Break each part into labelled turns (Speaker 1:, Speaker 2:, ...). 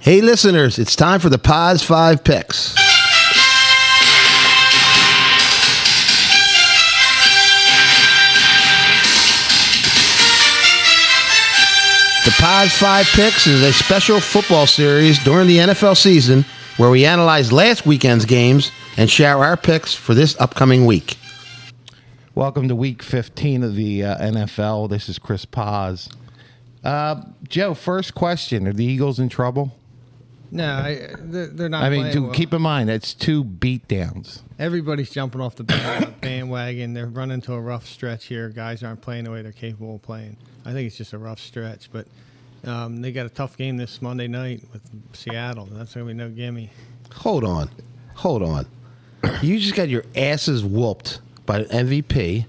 Speaker 1: Hey, listeners, it's time for the Pods 5 picks. The Pods 5 Picks is a special football series during the NFL season where we analyze last weekend's games and share our picks for this upcoming week.
Speaker 2: Welcome to week 15 of the uh, NFL. This is Chris Paz. Uh, Joe, first question Are the Eagles in trouble?
Speaker 3: No, I, they're, they're not.
Speaker 2: I mean,
Speaker 3: playing
Speaker 2: do,
Speaker 3: well.
Speaker 2: keep in mind, that's two beatdowns.
Speaker 3: everybody's jumping off the ban- bandwagon. They're running to a rough stretch here. Guys aren't playing the way they're capable of playing. I think it's just a rough stretch, but um, they got a tough game this Monday night with Seattle. That's gonna be no gimme.
Speaker 1: Hold on. Hold on. You just got your asses whooped by an MVP.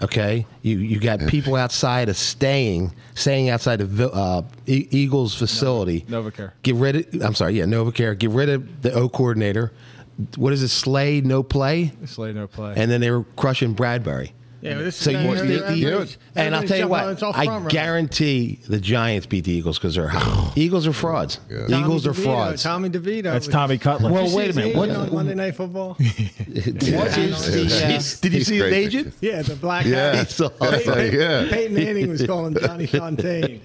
Speaker 1: Okay, you you got people outside of staying, staying outside of uh, E- Eagles facility.
Speaker 4: Novacare.
Speaker 1: Get rid of. I'm sorry. Yeah, Novacare. Get rid of the O coordinator. What is it? Slay no play,
Speaker 4: Slay no play.
Speaker 1: and then they were crushing Bradbury.
Speaker 3: Yeah, but this
Speaker 1: So
Speaker 3: is
Speaker 1: you
Speaker 3: everybody-
Speaker 1: think the
Speaker 3: everybody's-
Speaker 1: Eagles? And I'll
Speaker 3: everybody's
Speaker 1: tell you
Speaker 3: jumping on- it's
Speaker 1: what,
Speaker 3: all front
Speaker 1: I
Speaker 3: running.
Speaker 1: guarantee the Giants beat the Eagles because they're hot. Eagles are frauds.
Speaker 3: Tommy
Speaker 1: Eagles are
Speaker 3: DeVito,
Speaker 1: frauds.
Speaker 3: Tommy DeVito.
Speaker 5: That's Tommy Cutler.
Speaker 1: Well,
Speaker 3: You see
Speaker 1: wait a
Speaker 3: his
Speaker 1: minute,
Speaker 3: agent
Speaker 1: what-
Speaker 3: on Monday Night Football?
Speaker 1: What is the? Uh,
Speaker 6: He's-
Speaker 1: did you
Speaker 6: he's
Speaker 1: see his
Speaker 6: great.
Speaker 1: agent?
Speaker 3: yeah, the black
Speaker 6: Yeah.
Speaker 3: guy.
Speaker 1: It's all-
Speaker 3: Peyton,
Speaker 6: Yeah.
Speaker 3: Peyton Manning was calling Johnny Fontaine.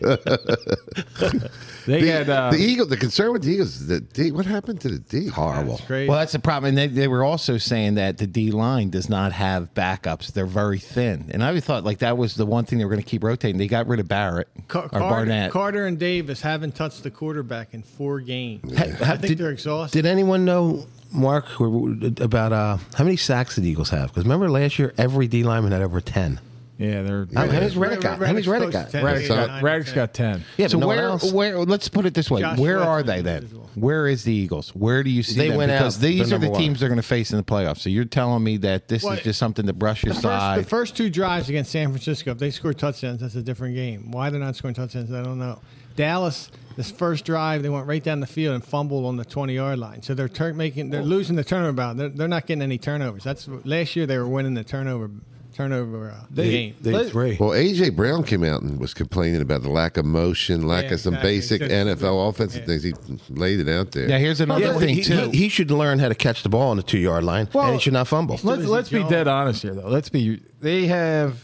Speaker 5: they
Speaker 6: The,
Speaker 5: had uh,
Speaker 6: the Eagle. The concern with the Eagles is the D. What happened to the D?
Speaker 1: Horrible.
Speaker 3: Great.
Speaker 2: Well, that's the problem. And they, they were also saying that the D line does not have backups. They're very thin. And I always thought like that was the one thing they were going to keep rotating. They got rid of Barrett
Speaker 3: Car-
Speaker 2: or
Speaker 3: Carter,
Speaker 2: Barnett.
Speaker 3: Carter and Davis haven't touched the quarterback in four games.
Speaker 1: Ha- ha-
Speaker 3: I think
Speaker 1: did-
Speaker 3: they're exhausted.
Speaker 1: Did anyone know, Mark, about uh, how many sacks did the Eagles have? Because remember last year, every D lineman had over 10.
Speaker 4: yeah, they're.
Speaker 1: How, how does Reddick got? How many's Reddick got?
Speaker 3: Reddick's close to 10.
Speaker 1: Reddick-
Speaker 3: He's
Speaker 6: got-
Speaker 3: nine or
Speaker 4: Raddick's
Speaker 3: 10.
Speaker 4: got ten.
Speaker 1: Yeah,
Speaker 2: So
Speaker 1: but no one
Speaker 2: where,
Speaker 1: else.
Speaker 2: where? Let's put it this way:
Speaker 3: Josh
Speaker 2: Where
Speaker 3: Sweat
Speaker 2: are
Speaker 3: was
Speaker 2: they then?
Speaker 3: invisible.
Speaker 2: Where is the Eagles? Where do you see
Speaker 1: They
Speaker 2: them?
Speaker 1: went out,
Speaker 2: because
Speaker 1: they're
Speaker 2: these are the
Speaker 1: number one.
Speaker 2: teams they're going to face in the playoffs. So you're telling me that this
Speaker 3: Well,
Speaker 2: is just something to brush
Speaker 3: The first, the
Speaker 2: aside?
Speaker 3: first two drives against San Francisco, if they score touchdowns, that's a different game. Why they're not scoring touchdowns, I don't know. Dallas, this first drive, they went right down the field and fumbled on the twenty yard line. So they're tur- making, they're losing the turnover battle. They're, they're not getting any turnovers. That's last year they were winning the turnover turnover uh, game.
Speaker 1: They had three.
Speaker 6: Well, AJ Brown came out and was complaining about the lack of motion, lack
Speaker 3: Yeah,
Speaker 6: of some
Speaker 3: exactly.
Speaker 6: basic
Speaker 3: He said-
Speaker 6: NFL offensive things. He laid it out there.
Speaker 2: now here's another
Speaker 1: Yeah,
Speaker 2: thing
Speaker 1: he,
Speaker 2: too.
Speaker 1: he- he should learn how to catch the ball on the two yard line,
Speaker 4: Well,
Speaker 1: and he should not fumble.
Speaker 4: Let's
Speaker 3: his
Speaker 4: let's be
Speaker 3: job.
Speaker 4: dead honest here though. Let's be. They have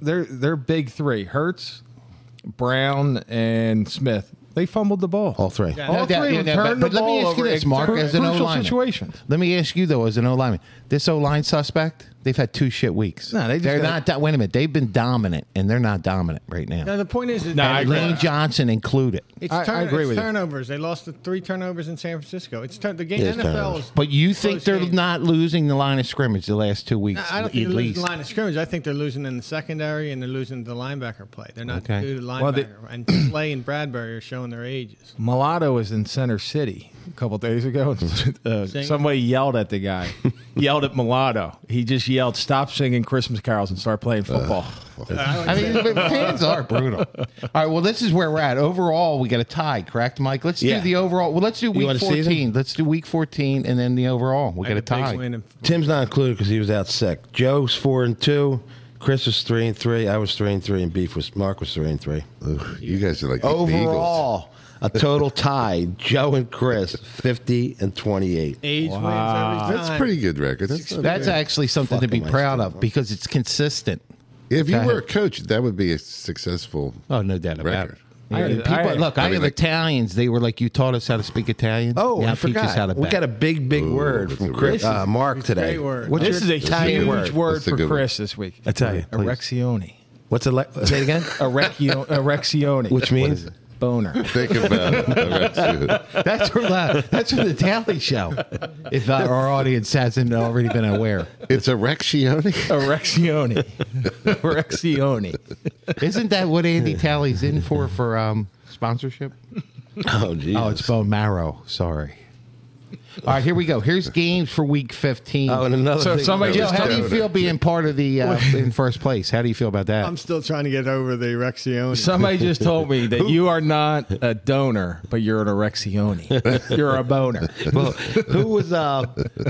Speaker 4: their their big three: Hertz, Brown, and Smith. They fumbled the ball.
Speaker 1: All three.
Speaker 3: Yeah.
Speaker 4: All
Speaker 2: No doubt,
Speaker 4: three
Speaker 2: no
Speaker 4: of
Speaker 2: doubt,
Speaker 4: them turned
Speaker 2: but, but
Speaker 4: the
Speaker 2: let
Speaker 4: ball
Speaker 2: me ask you
Speaker 4: over
Speaker 2: this,
Speaker 4: in
Speaker 2: Mark,
Speaker 4: cru-
Speaker 2: as an O
Speaker 4: crucial
Speaker 2: lineman.
Speaker 4: situations.
Speaker 2: Let me ask you though, as an O lineman, this O line suspect, they've had two shit weeks.
Speaker 4: No, they just
Speaker 2: are
Speaker 4: got-
Speaker 2: not. do- Wait a minute, they've been dominant, and they're not dominant right now.
Speaker 3: Now the point is, that
Speaker 4: No, I
Speaker 2: and
Speaker 4: agree.
Speaker 2: Lane Johnson included.
Speaker 3: It's,
Speaker 4: I- I
Speaker 3: turn-
Speaker 4: agree
Speaker 3: it's
Speaker 4: with you.
Speaker 3: turnovers. They lost the three turnovers in San Francisco. It's turn- the game.
Speaker 1: Yeah, it's
Speaker 3: NFL
Speaker 1: turnovers.
Speaker 3: is.
Speaker 2: But you
Speaker 3: close
Speaker 2: think they're
Speaker 3: games.
Speaker 2: not losing the line of scrimmage the last two weeks?
Speaker 3: I don't
Speaker 2: at
Speaker 3: think they're
Speaker 2: least.
Speaker 3: losing the line of scrimmage. I think they're losing in the secondary and they're losing the linebacker play. They're not
Speaker 2: Okay.
Speaker 3: due to linebacker.
Speaker 4: Well, they-
Speaker 3: and Slay and Bradbury are showing their ages.
Speaker 4: Mulatto was in Center City a couple days ago. and, uh,
Speaker 3: Singing?
Speaker 4: somebody yelled at the guy, yelled at Mulatto. He just yelled, "Stop singing Christmas carols and start playing
Speaker 1: Uh,
Speaker 4: football."
Speaker 2: I mean, but fans are brutal. All right, well, this is where we're at. Overall, we got a tie, correct, Mike? Let's
Speaker 1: Yeah.
Speaker 2: do the overall. Well, let's do week
Speaker 1: want the season?
Speaker 2: 14. Let's do week 14 and then the overall. We got a
Speaker 3: Like the Bigs
Speaker 2: tie.
Speaker 3: win in-
Speaker 1: Tim's not included because he was out sick. Joe's four and two. Chris was three and three. I was three and three, and Beef was Mark was three and three.
Speaker 6: Ugh, you guys are like the Eagles.
Speaker 1: Overall, a total tie. Joe and Chris fifty and twenty-eight.
Speaker 3: Age wins every time.
Speaker 6: That's a pretty good record. That's not
Speaker 2: That's
Speaker 6: bad.
Speaker 2: actually something to be
Speaker 1: Fucking
Speaker 2: proud
Speaker 1: wasted.
Speaker 2: of because it's consistent.
Speaker 6: if you were a coach, that would be a successful.
Speaker 2: Oh, no doubt about
Speaker 6: Record.
Speaker 2: it. Yeah,
Speaker 4: I-
Speaker 2: people,
Speaker 4: I-
Speaker 2: look, I,
Speaker 6: I mean,
Speaker 2: have
Speaker 6: like-
Speaker 2: Italians. They were like, "You taught us how to speak Italian."
Speaker 1: Oh,
Speaker 2: now
Speaker 1: I
Speaker 2: Teach us how to
Speaker 1: forgot. We
Speaker 2: bet."
Speaker 1: got a big, big word
Speaker 6: that's
Speaker 1: from
Speaker 6: a
Speaker 1: Chris,
Speaker 4: word.
Speaker 1: uh, Mark today.
Speaker 3: great word.
Speaker 1: What's
Speaker 4: this
Speaker 1: your-
Speaker 4: is a
Speaker 1: a
Speaker 4: huge
Speaker 1: good
Speaker 4: word,
Speaker 1: word.
Speaker 6: That's a
Speaker 4: for
Speaker 6: good one.
Speaker 4: Chris this week.
Speaker 1: Italian, please.
Speaker 4: Erezione.
Speaker 1: What's a le- say it again?
Speaker 4: Erecio- erezione.
Speaker 1: Which means
Speaker 4: boner.
Speaker 6: Think about it. All right, so-
Speaker 2: That's from the, that's from the Daily Show. If uh, our audience hasn't already been aware,
Speaker 6: it's
Speaker 4: Oh,
Speaker 6: erectione.
Speaker 4: Erezione. Erezione.
Speaker 2: isn't that what Andy Tally's in for for um, sponsorship?
Speaker 1: oh, geez.
Speaker 2: Oh, it's bone marrow. Sorry. All right, here we go. Here's games for Week 15.
Speaker 1: Oh, and another
Speaker 4: So
Speaker 1: thing.
Speaker 4: somebody
Speaker 2: Joe,
Speaker 4: just
Speaker 2: how do
Speaker 4: told
Speaker 2: you feel being part of the uh, in first place? How do you feel about that?
Speaker 3: I'm still trying to get over the Rexion.
Speaker 4: Somebody just told me that you are not a donor, but you're an erezione. You're a boner.
Speaker 1: Well, who was uh,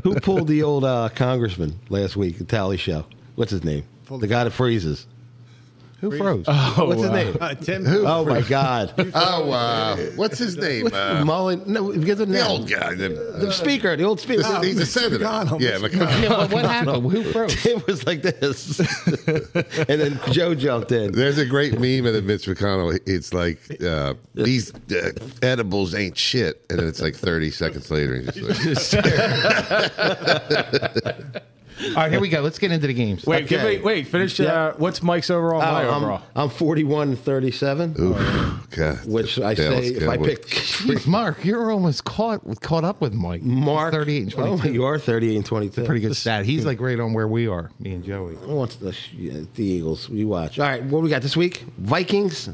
Speaker 1: who pulled the old uh, congressman last week? The tally show. What's his name? The guy that freezes.
Speaker 2: Who froze?
Speaker 1: What's his
Speaker 4: Oh, wow.
Speaker 1: name?
Speaker 3: Uh, Tim.
Speaker 1: Oh my God!
Speaker 6: Oh, uh, what's his name?
Speaker 1: What's
Speaker 6: Uh,
Speaker 1: Mullen? No, because of
Speaker 6: the
Speaker 1: now.
Speaker 6: old guy. The,
Speaker 1: the speaker, the old speaker.
Speaker 6: he's a senator. yeah, McConnell.
Speaker 2: yeah, but what happened? Who froze?
Speaker 1: Tim was like this, and then Joe jumped in.
Speaker 6: There's a great meme of Mitch McConnell. It's like uh, these uh, edibles ain't shit, and then it's like 30 seconds later. He's just like,
Speaker 2: All right, here we go. Let's get into the games.
Speaker 4: Wait,
Speaker 1: Okay. um,
Speaker 4: wait, wait. Finish. Uh, what's Mike's overall? my
Speaker 1: I'm-
Speaker 4: overall.
Speaker 1: I'm, 41 and 37,
Speaker 6: Oof, God,
Speaker 1: which I
Speaker 6: Dallas
Speaker 1: say if I
Speaker 6: Cowboys.
Speaker 1: pick.
Speaker 2: Jeez, Mark, you're almost caught caught up with Mike.
Speaker 1: Mark,
Speaker 2: thirty-eight and
Speaker 1: Oh,
Speaker 2: twenty-two.
Speaker 1: you are 38 and 22.
Speaker 2: Pretty good stat. He's like right on where we are, me and Joey.
Speaker 1: I want the, yeah, the Eagles. We watch. All right, what we got this week? Vikings,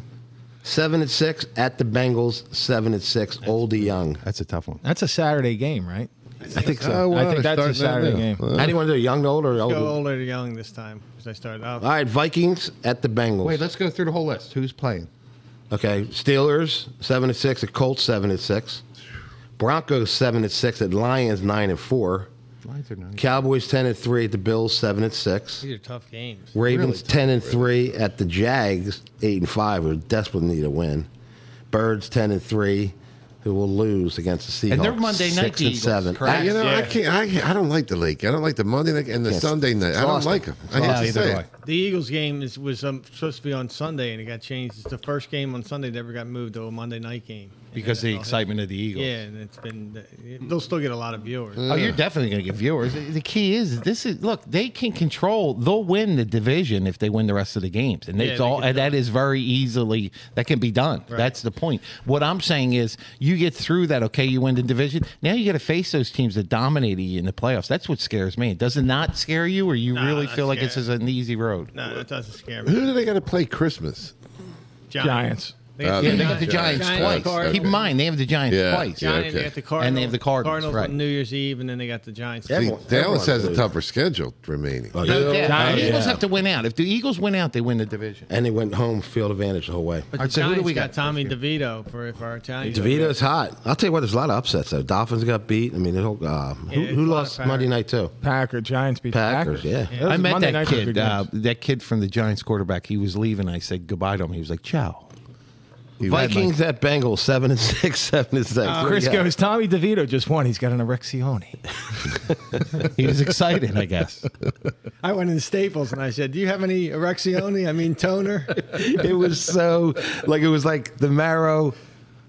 Speaker 1: seven and six at the Bengals, seven and six. Old to young.
Speaker 2: That's a tough one.
Speaker 4: That's a Saturday game, right?
Speaker 1: I think so.
Speaker 6: Oh,
Speaker 4: I think that's a
Speaker 6: starting that
Speaker 4: Saturday
Speaker 6: now.
Speaker 4: game.
Speaker 6: Well,
Speaker 1: How do you want to do it? Young to old or old?
Speaker 3: Go
Speaker 1: to-
Speaker 3: older to young this time because I started off.
Speaker 1: All right, Vikings at the Bengals.
Speaker 2: Wait, let's go through the whole list. Who's playing?
Speaker 1: Okay, Steelers seven and six, the Colts seven and six, Broncos seven and six, at Lions nine and four,
Speaker 2: Lions are nine.
Speaker 1: Cowboys ten and three, at the Bills seven and six,
Speaker 3: These are tough games.
Speaker 1: Ravens ten and three, at the Jags eight and five, who desperately need a win, Birds ten and three, who will lose against the Seahawks
Speaker 2: they're Monday night
Speaker 1: six and
Speaker 2: Eagles,
Speaker 1: seven.
Speaker 2: correct?
Speaker 6: You know, I
Speaker 4: Yeah.
Speaker 6: can't. I, can't- I don't like the lake. I don't like the Monday night and the
Speaker 1: Yes.
Speaker 6: Sunday night. I don't
Speaker 1: Exhausting.
Speaker 6: like them. I hate to
Speaker 2: Neither
Speaker 6: say
Speaker 2: do
Speaker 6: it.
Speaker 2: I.
Speaker 3: The Eagles game is, was um, supposed to be on Sunday and it got changed. It's the first game on Sunday that ever got moved to a Monday night game And
Speaker 2: Because of the
Speaker 3: then it all hit.
Speaker 2: excitement of the Eagles.
Speaker 3: Yeah, and it's been uh, they'll still get a lot of viewers.
Speaker 2: Oh, you're definitely going to get viewers. The- The key is this is look. They can control. They'll win the division if they win the rest of the games, and it's
Speaker 3: they
Speaker 2: all.
Speaker 3: can
Speaker 2: And that is very easily that can be done. That's the point. What I'm saying is, you get through that. Okay, you win the division. Now you got to face those teams that dominated you in the playoffs. That's what scares me. Does it not scare you, or you
Speaker 3: Nah,
Speaker 2: really
Speaker 3: not
Speaker 2: feel like this
Speaker 3: scared.
Speaker 2: is an easy road?
Speaker 3: no, that doesn't scare
Speaker 6: Who
Speaker 3: me.
Speaker 6: do they got to play Christmas?
Speaker 3: Giants.
Speaker 4: Giants.
Speaker 3: They got,
Speaker 6: Uh,
Speaker 3: the
Speaker 2: Yeah, they got the Giants,
Speaker 6: Giants.
Speaker 3: Giants,
Speaker 2: twice.
Speaker 3: Cardinals.
Speaker 2: Keep in mind, they have the Giants
Speaker 6: Yeah.
Speaker 2: twice.
Speaker 6: Yeah.
Speaker 3: Giants,
Speaker 6: okay.
Speaker 3: they got the Cardinals,
Speaker 2: And they have the Cardinals, right.
Speaker 3: on New Year's Eve, and then they got the Giants.
Speaker 6: See,
Speaker 1: Everyone- Oh,
Speaker 6: Dallas has a
Speaker 1: everyone's
Speaker 6: tougher schedule remaining.
Speaker 2: Yeah,
Speaker 4: Giants,
Speaker 2: the Eagles
Speaker 4: yeah.
Speaker 2: have to win out. If the Eagles win out, they win the division.
Speaker 1: And they went home field advantage the whole way.
Speaker 3: But the
Speaker 2: All right, so who do
Speaker 3: Giants
Speaker 2: we
Speaker 3: got,
Speaker 2: got?
Speaker 3: Tommy DeVito for, for our Italian.
Speaker 1: DeVito's hot. I'll tell you what, there's a lot of upsets though. Dolphins got beat. I mean, there's all- uh, who,
Speaker 3: Yeah,
Speaker 1: who
Speaker 3: it's a lot
Speaker 1: lost
Speaker 3: of power.
Speaker 1: Monday night too?
Speaker 4: Packers. Giants beat the
Speaker 1: Packers,
Speaker 4: Packers.
Speaker 1: yeah.
Speaker 4: Those
Speaker 3: I
Speaker 4: are
Speaker 2: I met
Speaker 4: Monday
Speaker 2: that
Speaker 4: nights are good
Speaker 2: kid. Uh,
Speaker 4: games.
Speaker 2: that kid from the Giants quarterback. He was leaving. I said goodbye to him. He was like, "Ciao."
Speaker 1: Vikings at Bengals, seven and six, seven and six. What do
Speaker 4: Uh, Chris
Speaker 1: you got?
Speaker 4: goes. Tommy DeVito just won. He's got an erection.
Speaker 2: He was excited, I guess.
Speaker 3: I went in Staples and I said, "Do you have any Erexioni? I mean toner."
Speaker 1: It was so like it was like the marrow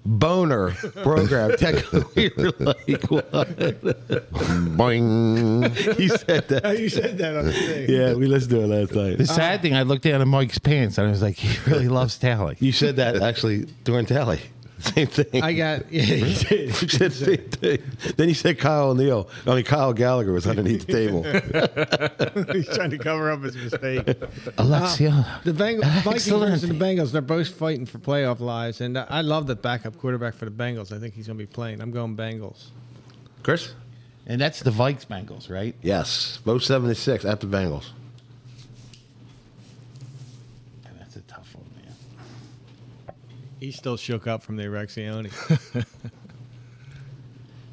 Speaker 1: boner program. Technically, we were like, what?
Speaker 6: Boing.
Speaker 1: He said that.
Speaker 3: you said that on the thing.
Speaker 1: Yeah, we listened to it last
Speaker 2: The
Speaker 1: night.
Speaker 2: sad thing, I looked down at Mike's pants and I was like, "He really loves tally."
Speaker 1: You said that actually during tally. Same thing.
Speaker 3: I got. Yeah, you did.
Speaker 1: You said same thing. Then you said Kyle O'Neill. I mean, Kyle Gallagher was underneath the table.
Speaker 3: He's trying to cover up his mistake.
Speaker 2: Ah. Alexia.
Speaker 3: The Bengals, Vikings
Speaker 2: Excellent.
Speaker 3: and the Bengals, they're both fighting for playoff lives, and I love the backup quarterback for the Bengals. I think he's going to be playing. I'm going Bengals.
Speaker 1: Chris?
Speaker 2: And that's the Vikes Bengals, right?
Speaker 1: Yes. Both seven and six at the Bengals.
Speaker 2: That's a tough one, man.
Speaker 3: He still shook up from the Erexioni.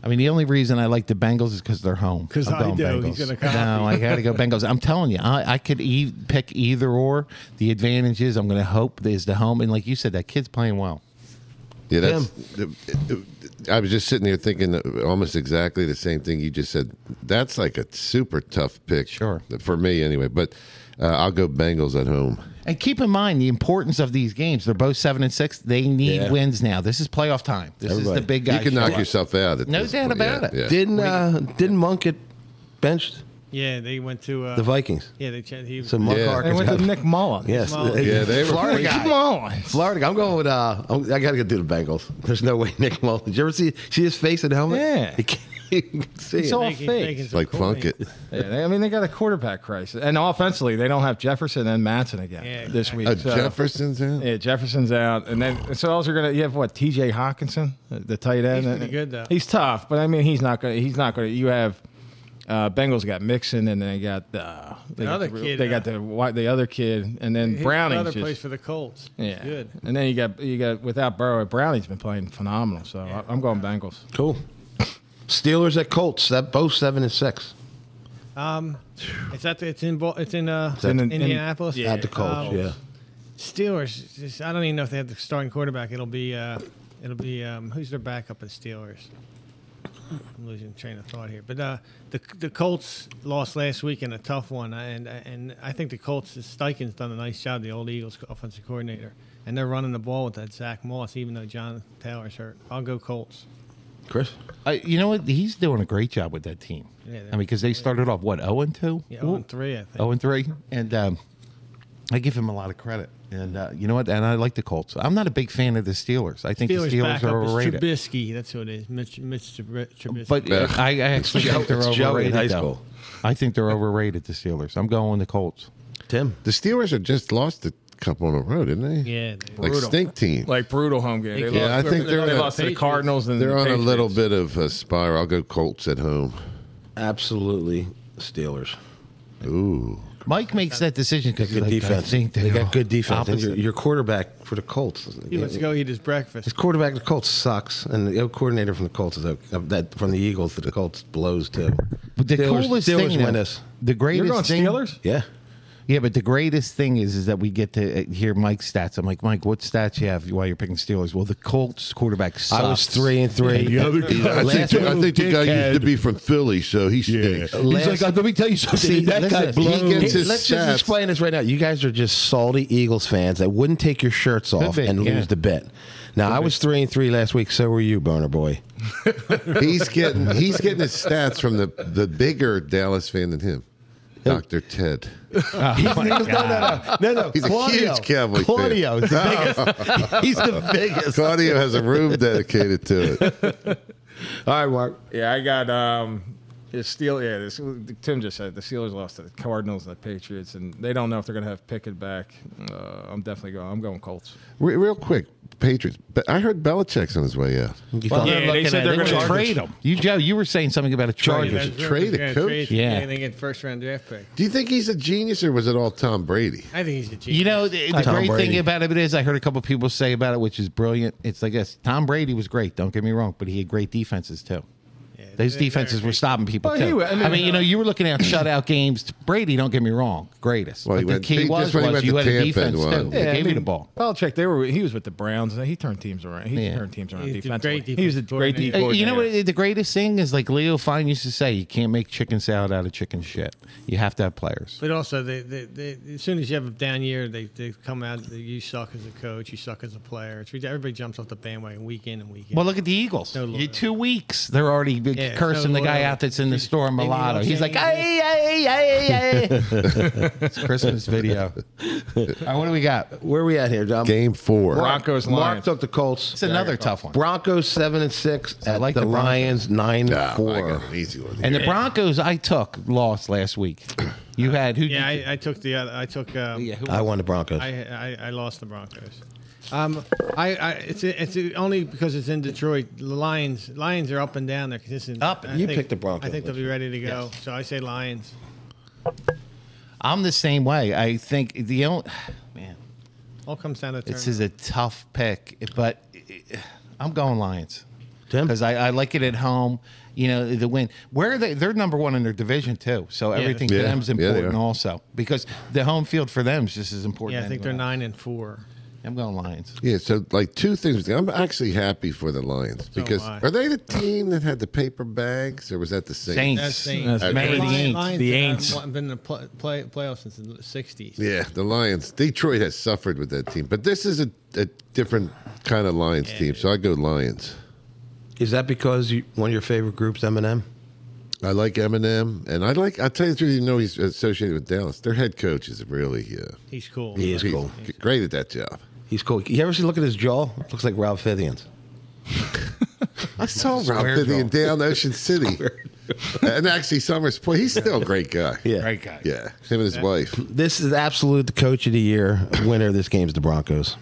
Speaker 2: I mean, the only reason I like the Bengals is because they're home.
Speaker 3: 'Cause
Speaker 2: I'm
Speaker 3: I know he's gonna copy.
Speaker 2: No, I got to go Bengals. I'm telling you, I, I could e- pick either or. The advantage is I'm going to hope is the home. And like you said, that kid's playing well.
Speaker 6: Yeah, that's. I was just sitting here thinking almost exactly the same thing you just said. That's like a super tough pick,
Speaker 2: Sure.
Speaker 6: for me anyway. But uh, I'll go Bengals at home.
Speaker 2: And keep in mind the importance of these games. They're both seven and six. They need
Speaker 1: Yeah.
Speaker 2: wins now. This is playoff time. This is
Speaker 1: Everybody.
Speaker 2: the big guy.
Speaker 6: you can
Speaker 2: show.
Speaker 6: knock yourself out. At
Speaker 2: No
Speaker 6: this
Speaker 2: doubt
Speaker 6: point.
Speaker 2: about
Speaker 6: Yeah,
Speaker 2: it.
Speaker 6: yeah.
Speaker 1: Didn't uh, didn't Monk get benched?
Speaker 3: yeah, they went to uh,
Speaker 1: The Vikings.
Speaker 3: Yeah, they ch- he,
Speaker 1: So Monk
Speaker 6: Yeah.
Speaker 1: Harkins
Speaker 4: They went
Speaker 1: got-
Speaker 4: to Nick Mullen.
Speaker 1: Yes.
Speaker 3: Mullins.
Speaker 6: Yeah, they were
Speaker 1: Florida
Speaker 6: freaking-
Speaker 1: guy.
Speaker 4: Mullins.
Speaker 1: Florida guy. I'm going with, uh, I'm, I got to go do the Bengals. There's no way Nick Mullins. Did you ever see, see his face and helmet?
Speaker 4: Yeah.
Speaker 1: You can't even see it.
Speaker 4: It's all
Speaker 3: making-
Speaker 4: fake.
Speaker 3: making some
Speaker 6: like
Speaker 3: coin.
Speaker 6: Plunkett.
Speaker 4: Yeah, they- I mean, they got a quarterback crisis, and offensively, they don't have Jefferson and Matson again
Speaker 3: Yeah,
Speaker 4: this
Speaker 3: exactly.
Speaker 4: week.
Speaker 6: Uh,
Speaker 4: so-
Speaker 6: Jefferson's out.
Speaker 4: Yeah, Jefferson's out, and then so else you're gonna you have what T.J. Hawkinson, the tight end.
Speaker 3: He's pretty good, though.
Speaker 4: He's tough, but I mean, he's not gonna. He's not gonna. You have uh, Bengals got Mixon, and then they got uh, they
Speaker 3: Another
Speaker 4: got the,
Speaker 3: kid,
Speaker 4: They
Speaker 3: uh,
Speaker 4: got the wi- the other kid, and then
Speaker 3: He's
Speaker 4: Browning's
Speaker 3: another
Speaker 4: just
Speaker 3: place for the Colts.
Speaker 4: yeah.
Speaker 3: good.
Speaker 4: And then you got you got without Burrow, Browning's been playing phenomenal. So I, I'm going Bengals.
Speaker 1: Cool. Steelers at Colts. That both seven and six.
Speaker 3: Um, it's at the, it's in Bo- it's in uh
Speaker 4: in- in-
Speaker 3: Indianapolis.
Speaker 1: At the Colts,
Speaker 3: Um,
Speaker 1: yeah.
Speaker 3: Steelers. Just, I don't even know if they have the starting quarterback. It'll be uh, it'll be um, who's their backup in Steelers. I'm losing train of thought here, but uh, the the Colts lost last week in a tough one, uh, and and I think the Colts Steichen's done a nice job, the old Eagles offensive coordinator, and they're running the ball with that Zach Moss, even though John Taylor's hurt. I'll go Colts.
Speaker 1: Chris.
Speaker 2: I, you know what? He's doing a great job with that team.
Speaker 3: Yeah,
Speaker 2: I mean, because they started off what zero and two.
Speaker 3: Yeah, 0 and three, I think.
Speaker 1: Oh,
Speaker 2: Zero and three, and um, I give him a lot of credit. And uh, you know what? And I like the Colts. I'm not a big fan of the Steelers. I think
Speaker 3: Steelers,
Speaker 2: the Steelers
Speaker 3: backup
Speaker 2: are
Speaker 3: is
Speaker 2: overrated.
Speaker 3: Trubisky. That's who it is, Mitch, Mitch Trub- Trubisky.
Speaker 2: But uh, I, I actually
Speaker 6: Joe-
Speaker 2: think they're
Speaker 6: it's Joe in
Speaker 2: overrated.
Speaker 6: high
Speaker 2: though.
Speaker 6: school.
Speaker 2: I think they're overrated. The Steelers. I'm going the Colts.
Speaker 1: Tim.
Speaker 6: The Steelers have just lost a couple on the road, didn't they?
Speaker 3: yeah, they-
Speaker 6: Like
Speaker 4: Brutal.
Speaker 6: stink team.
Speaker 4: Like brutal home game. They
Speaker 6: Yeah,
Speaker 4: lost,
Speaker 6: I think they're
Speaker 4: they
Speaker 6: on a-
Speaker 4: lost to the Cardinals and
Speaker 6: They're
Speaker 4: the
Speaker 6: on a
Speaker 4: Patriots.
Speaker 6: little bit of a spiral. I'll go Colts at home.
Speaker 1: Absolutely, Steelers.
Speaker 6: Ooh.
Speaker 2: Mike makes that decision because
Speaker 1: Good
Speaker 2: like,
Speaker 1: defense.
Speaker 2: I think
Speaker 1: they
Speaker 2: they're
Speaker 1: got good defense. And your,
Speaker 2: opposite.
Speaker 1: your quarterback for the Colts.
Speaker 3: he wants to go eat his breakfast.
Speaker 1: His quarterback of the Colts sucks, and the coordinator from the Colts is okay. Uh, that from the Eagles to the Colts blows too.
Speaker 2: But the
Speaker 1: Steelers-
Speaker 2: coolest
Speaker 1: Steelers
Speaker 2: thing,
Speaker 1: win
Speaker 2: though-
Speaker 1: this.
Speaker 2: the
Speaker 4: You're
Speaker 2: greatest
Speaker 4: going
Speaker 2: thing,
Speaker 4: Steelers?
Speaker 1: Yeah,
Speaker 2: Yeah, but the greatest thing is is that we get to uh, hear Mike's stats. I'm like, Mike, what stats you have while you're picking Steelers? Well, the Colts quarterback sucks.
Speaker 1: I was three and three.
Speaker 6: I think, I
Speaker 1: Last
Speaker 6: think,
Speaker 1: one-
Speaker 6: the guy used to be from Philly, so he stinks.
Speaker 1: Last-
Speaker 5: let me tell you something.
Speaker 1: See, listen,
Speaker 6: blows.
Speaker 1: he gets
Speaker 6: Hey,
Speaker 1: his
Speaker 6: let's
Speaker 1: let's
Speaker 6: just
Speaker 1: just explain this right now. You guys are just salty Eagles fans that wouldn't take your shirts off
Speaker 2: be,
Speaker 1: and
Speaker 2: yeah.
Speaker 1: lose the bet. Now I was three and three last week. So were you, Boner Boy.
Speaker 6: He's getting he's getting his stats from the the bigger Dallas fan than him, Doctor Ted.
Speaker 1: No, no,
Speaker 6: Oh He's a huge Cowboy fan.
Speaker 1: Claudio, is the biggest. he's the biggest.
Speaker 6: Claudio has a room dedicated to it.
Speaker 1: All right, Mark.
Speaker 4: Yeah, I got um the Steel yeah, this, Tim just said the Steelers lost to the Cardinals and the Patriots and they don't know if they're gonna have Pickett back. Uh, I'm definitely going I'm going Colts.
Speaker 6: Re- real quick, Patriots. But I heard Belichick's on his way out.
Speaker 2: Well,
Speaker 4: Yeah, they
Speaker 2: looking at
Speaker 4: said they're
Speaker 2: it.
Speaker 4: gonna
Speaker 2: They would
Speaker 4: charge
Speaker 2: trade them. You, Joe, you were saying something about a trade.
Speaker 6: Chargers.
Speaker 3: That's
Speaker 6: trade
Speaker 3: right.
Speaker 6: a
Speaker 3: They're
Speaker 6: coach?
Speaker 3: trade-
Speaker 2: Yeah.
Speaker 3: they get first round draft pick.
Speaker 6: Do you think he's a genius or was it all Tom Brady?
Speaker 3: I think he's a genius.
Speaker 2: You know, the, the
Speaker 1: Tom
Speaker 2: great
Speaker 1: Brady.
Speaker 2: thing about it is I heard a couple people say about it, which is brilliant. It's like this. Tom Brady was great. Don't get me wrong, but he had great defenses too. Those
Speaker 3: they're-
Speaker 2: defenses
Speaker 3: they're
Speaker 2: were stopping people
Speaker 4: Well, he
Speaker 2: too.
Speaker 4: wa-
Speaker 2: I mean, you know, you were looking at shutout games. Brady, don't get me wrong, greatest.
Speaker 6: Well, he
Speaker 2: but the
Speaker 6: went-
Speaker 2: key
Speaker 6: just
Speaker 2: was,
Speaker 6: when he
Speaker 2: was
Speaker 6: went
Speaker 2: you
Speaker 6: to
Speaker 2: had a
Speaker 6: Tampa
Speaker 2: defense
Speaker 6: and
Speaker 2: too.
Speaker 6: won.
Speaker 2: They
Speaker 4: I
Speaker 2: gave you the
Speaker 4: mean,
Speaker 2: ball.
Speaker 4: Belichick, they were he was with the Browns and he turned teams around. He
Speaker 2: Yeah.
Speaker 4: turned teams around
Speaker 3: He's a
Speaker 4: defensively.
Speaker 3: great
Speaker 4: he was a
Speaker 3: defensive
Speaker 4: great
Speaker 3: coordinator.
Speaker 4: defense.
Speaker 2: Uh, You know what? The greatest thing is like Leo Fine used to say, you can't make chicken salad out of chicken shit. You have to have players.
Speaker 3: But also, they, they, they, as soon as you have a down year, they, they come out. They, you suck as a coach. You suck as a player. It's, ridiculous. everybody jumps off the bandwagon week in and week out.
Speaker 2: Well, look at the Eagles.
Speaker 3: No
Speaker 2: You-
Speaker 3: loyalty.
Speaker 2: two weeks, they're already big-
Speaker 3: Yeah,
Speaker 2: cursing
Speaker 3: no
Speaker 2: the guy
Speaker 3: loyalty.
Speaker 2: out that's in the store,
Speaker 3: Maybe
Speaker 2: mulatto.
Speaker 3: they'll
Speaker 2: He's like,
Speaker 3: change
Speaker 2: hey, hey, hey, hey. it's Christmas video. All right, what do we got?
Speaker 1: Where are we at here, John?
Speaker 6: Game four.
Speaker 4: Broncos
Speaker 1: Mark
Speaker 4: Lions.
Speaker 1: took the Colts.
Speaker 2: It's another tough one.
Speaker 1: Broncos seven and six. At
Speaker 2: like
Speaker 1: the,
Speaker 2: the Broncos.
Speaker 1: Lions nine
Speaker 6: Ah,
Speaker 1: and
Speaker 6: I
Speaker 1: four.
Speaker 6: got an easy one.
Speaker 2: And the Broncos I took lost last week. You had who?
Speaker 3: yeah, I, I took the other. I took. Um,
Speaker 2: yeah, who-
Speaker 1: I won the Broncos.
Speaker 3: I, I I lost the Broncos. Um, I, I it's it's only because it's in Detroit. The Lions Lions are up and down. They're consistent.
Speaker 2: Up.
Speaker 3: I
Speaker 1: You picked the Broncos,
Speaker 3: I think they'll
Speaker 1: didn't
Speaker 3: be ready to go. So I say Lions.
Speaker 2: I'm the same way. I think the only man.
Speaker 3: All comes down to
Speaker 2: This
Speaker 3: turn.
Speaker 2: is a tough pick, but uh, I'm going Lions
Speaker 1: Tim?
Speaker 2: because I, I like it at home. You know the win. Where are they? They're number one in their division too, so everything
Speaker 6: Yeah,
Speaker 2: to them's
Speaker 6: yeah, they
Speaker 2: important
Speaker 6: are.
Speaker 2: also because the home field for them is just as important.
Speaker 3: Yeah, I think they're
Speaker 2: anyway.
Speaker 3: nine and four.
Speaker 2: I'm going Lions.
Speaker 6: Yeah, so like two things. I'm actually happy for the Lions because
Speaker 3: am I.
Speaker 6: are they the team that had the paper bags or was that the Saints?
Speaker 2: Saints.
Speaker 3: That's
Speaker 4: That's
Speaker 3: Saints.
Speaker 4: Saints.
Speaker 2: Man, the Aints.
Speaker 3: Lions
Speaker 5: The
Speaker 3: have
Speaker 5: Aints.
Speaker 3: won- been in the play, play, playoffs since the '60s.
Speaker 6: Yeah, the Lions. Detroit has suffered with that team, but this is a, a different kind of Lions team. So I go Lions.
Speaker 1: Is that because you, one of your favorite groups, Eminem?
Speaker 6: I like Eminem, and I like. I'll tell you the truth. You know, he's associated with Dallas. Their head coach is really uh,
Speaker 3: He's cool.
Speaker 1: He is cool.
Speaker 6: he's great at that job.
Speaker 1: He's cool. You ever see look at his jaw? Looks like Ralph Fithian's.
Speaker 6: I saw Rob
Speaker 2: Square
Speaker 6: Vivian down Ocean City, and actually Summers Point. He's still a great guy.
Speaker 1: Yeah.
Speaker 2: Right, guy.
Speaker 6: yeah. Him and his wife.
Speaker 1: This is absolute the coach of the year winner. of This game's the Broncos.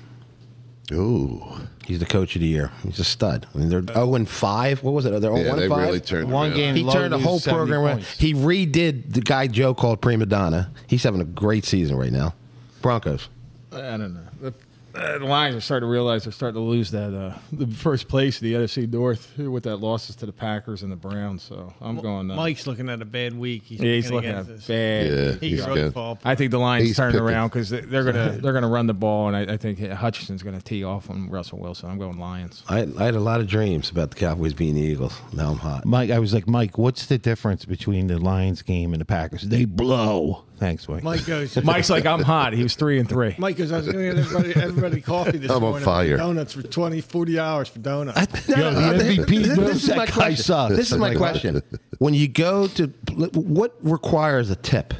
Speaker 6: Ooh,
Speaker 1: He's the coach of the year. He's a stud. I mean, they're zero and five. What was it? They're
Speaker 6: yeah.
Speaker 1: one
Speaker 6: they
Speaker 1: five.
Speaker 6: really turned
Speaker 2: One
Speaker 6: around.
Speaker 2: game.
Speaker 1: he
Speaker 2: low,
Speaker 1: turned the
Speaker 2: lose
Speaker 1: whole
Speaker 2: 70
Speaker 1: program around.
Speaker 2: points.
Speaker 1: He redid the guy Joe called prima donna. He's having a great season right now. Broncos.
Speaker 4: I don't know. The uh, the Lions are starting to realize they're starting to lose that uh, the first place in the NFC North with that losses to the Packers and the Browns. So I'm going. Uh,
Speaker 3: Mike's looking at a bad week. He's,
Speaker 4: yeah, he's looking at
Speaker 3: against us.
Speaker 4: bad.
Speaker 6: Yeah,
Speaker 3: He
Speaker 6: he's
Speaker 3: could really
Speaker 6: good.
Speaker 3: fall.
Speaker 4: I think the Lions
Speaker 6: He's
Speaker 4: turning
Speaker 6: picking.
Speaker 4: around because they're gonna they're gonna run the ball, and I, I think Hutchinson's gonna tee off on Russell Wilson. I'm going Lions.
Speaker 1: I, I had a lot of dreams about the Cowboys beating the Eagles. Now I'm hot.
Speaker 2: Mike, I was like, Mike, what's the difference between the Lions game and the Packers? They blow. Thanks, Mike.
Speaker 3: Mike goes.
Speaker 4: Mike's like I'm hot. He was three and three.
Speaker 3: Mike goes. I was going to get everybody, everybody coffee this
Speaker 6: I'm on
Speaker 3: morning.
Speaker 6: fire.
Speaker 3: Donuts for 20, 40 hours for donuts.
Speaker 2: the MVP
Speaker 1: this,
Speaker 2: moves
Speaker 1: this is
Speaker 2: that
Speaker 1: my
Speaker 2: guy
Speaker 1: question.
Speaker 2: sucks.
Speaker 1: This is my
Speaker 2: Like,
Speaker 1: question. When you go to what requires a tip?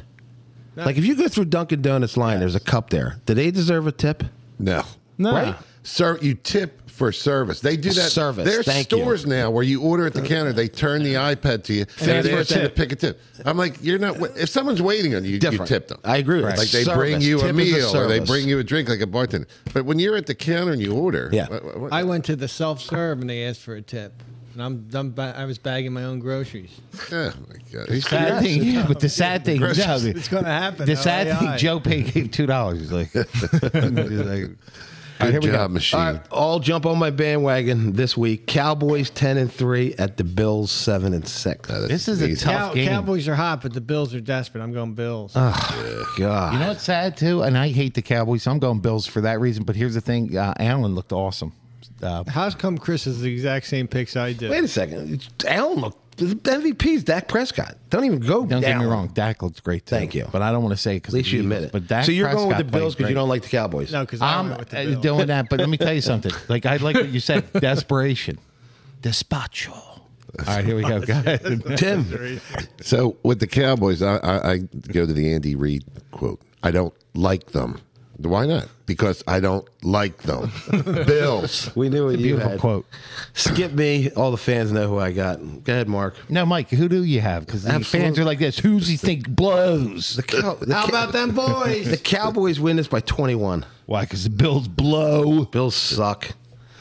Speaker 1: Like if you go through Dunkin' Donuts line, there's a cup there. Do they deserve a tip?
Speaker 6: No.
Speaker 4: No.
Speaker 1: Right?
Speaker 6: Sir, you tip for service. They do that.
Speaker 1: Service,
Speaker 6: There's
Speaker 1: thank you.
Speaker 6: stores now where you order at the counter. They turn the iPad to you and,
Speaker 4: ask
Speaker 6: they
Speaker 4: for a
Speaker 6: ask you to
Speaker 4: tip.
Speaker 6: pick a tip. I'm like, you're not. If someone's waiting on you,
Speaker 1: Different.
Speaker 6: you tip them.
Speaker 1: I agree with
Speaker 6: Like
Speaker 1: you.
Speaker 6: they
Speaker 1: Service.
Speaker 6: bring you a
Speaker 1: Tip is a
Speaker 6: meal or they
Speaker 1: service.
Speaker 6: bring you a drink, like a bartender. But when you're at the counter and you order,
Speaker 1: Yeah.
Speaker 6: what- what-
Speaker 3: I went to the self serve and they asked for a tip, and I'm done. Ba- I was bagging my own groceries.
Speaker 6: oh my God. He's
Speaker 2: Sad thing, yeah, but the sad thing,
Speaker 6: Gross.
Speaker 2: no,
Speaker 3: It's going to happen.
Speaker 2: the sad
Speaker 3: LAI.
Speaker 2: thing, Joe Pay gave two dollars. He's like,
Speaker 6: good job, machine.
Speaker 1: All right, I'll jump on my bandwagon this week. Cowboys ten and three at the Bills seven and six.
Speaker 6: Now, that's
Speaker 2: this is a
Speaker 6: easy.
Speaker 2: tough
Speaker 3: Cow-
Speaker 2: game.
Speaker 3: Cowboys are hot, but the Bills are desperate. I'm going Bills.
Speaker 1: Uh. God,
Speaker 2: You know what's sad too, and I hate the Cowboys. So I'm going Bills for that reason. But here's the thing: uh, Allen looked awesome. Uh,
Speaker 3: How come Chris is the exact same picks I did?
Speaker 1: wait a second. Allen look the MVP is Dak Prescott. Don't even go.
Speaker 2: don't get
Speaker 1: down.
Speaker 2: me wrong, Dak looks great. Too,
Speaker 1: Thank you.
Speaker 2: but I don't want to say because
Speaker 1: At least you admit it.
Speaker 2: But Dak
Speaker 1: so you're going
Speaker 2: Prescott
Speaker 1: with the Bills
Speaker 2: played
Speaker 1: because you
Speaker 2: great.
Speaker 1: don't like the Cowboys.
Speaker 3: No, because I
Speaker 2: I'm
Speaker 3: went with the
Speaker 2: uh,
Speaker 3: Bills.
Speaker 2: doing that, but let me tell you something. Like I like what you said, desperation, despacho. All right, here we go. Go ahead.
Speaker 1: Tim.
Speaker 6: So with the Cowboys, I, I, I go to the Andy Reid quote. I don't like them. Why not? Because I don't like them. Bills.
Speaker 1: We knew what you
Speaker 2: Beautiful
Speaker 1: had.
Speaker 2: quote.
Speaker 1: Skip me. All the fans know who I got. Go ahead, Mark.
Speaker 2: No, Mike, who do you have? Because the
Speaker 1: Absolute-
Speaker 2: fans are like this. Who's he think blows?
Speaker 1: The cow- the
Speaker 3: How
Speaker 1: Cow-
Speaker 3: about them
Speaker 1: The
Speaker 3: boys?
Speaker 1: Cowboys win this by 21.
Speaker 2: Why? Because the Bills blow.
Speaker 1: Bills suck.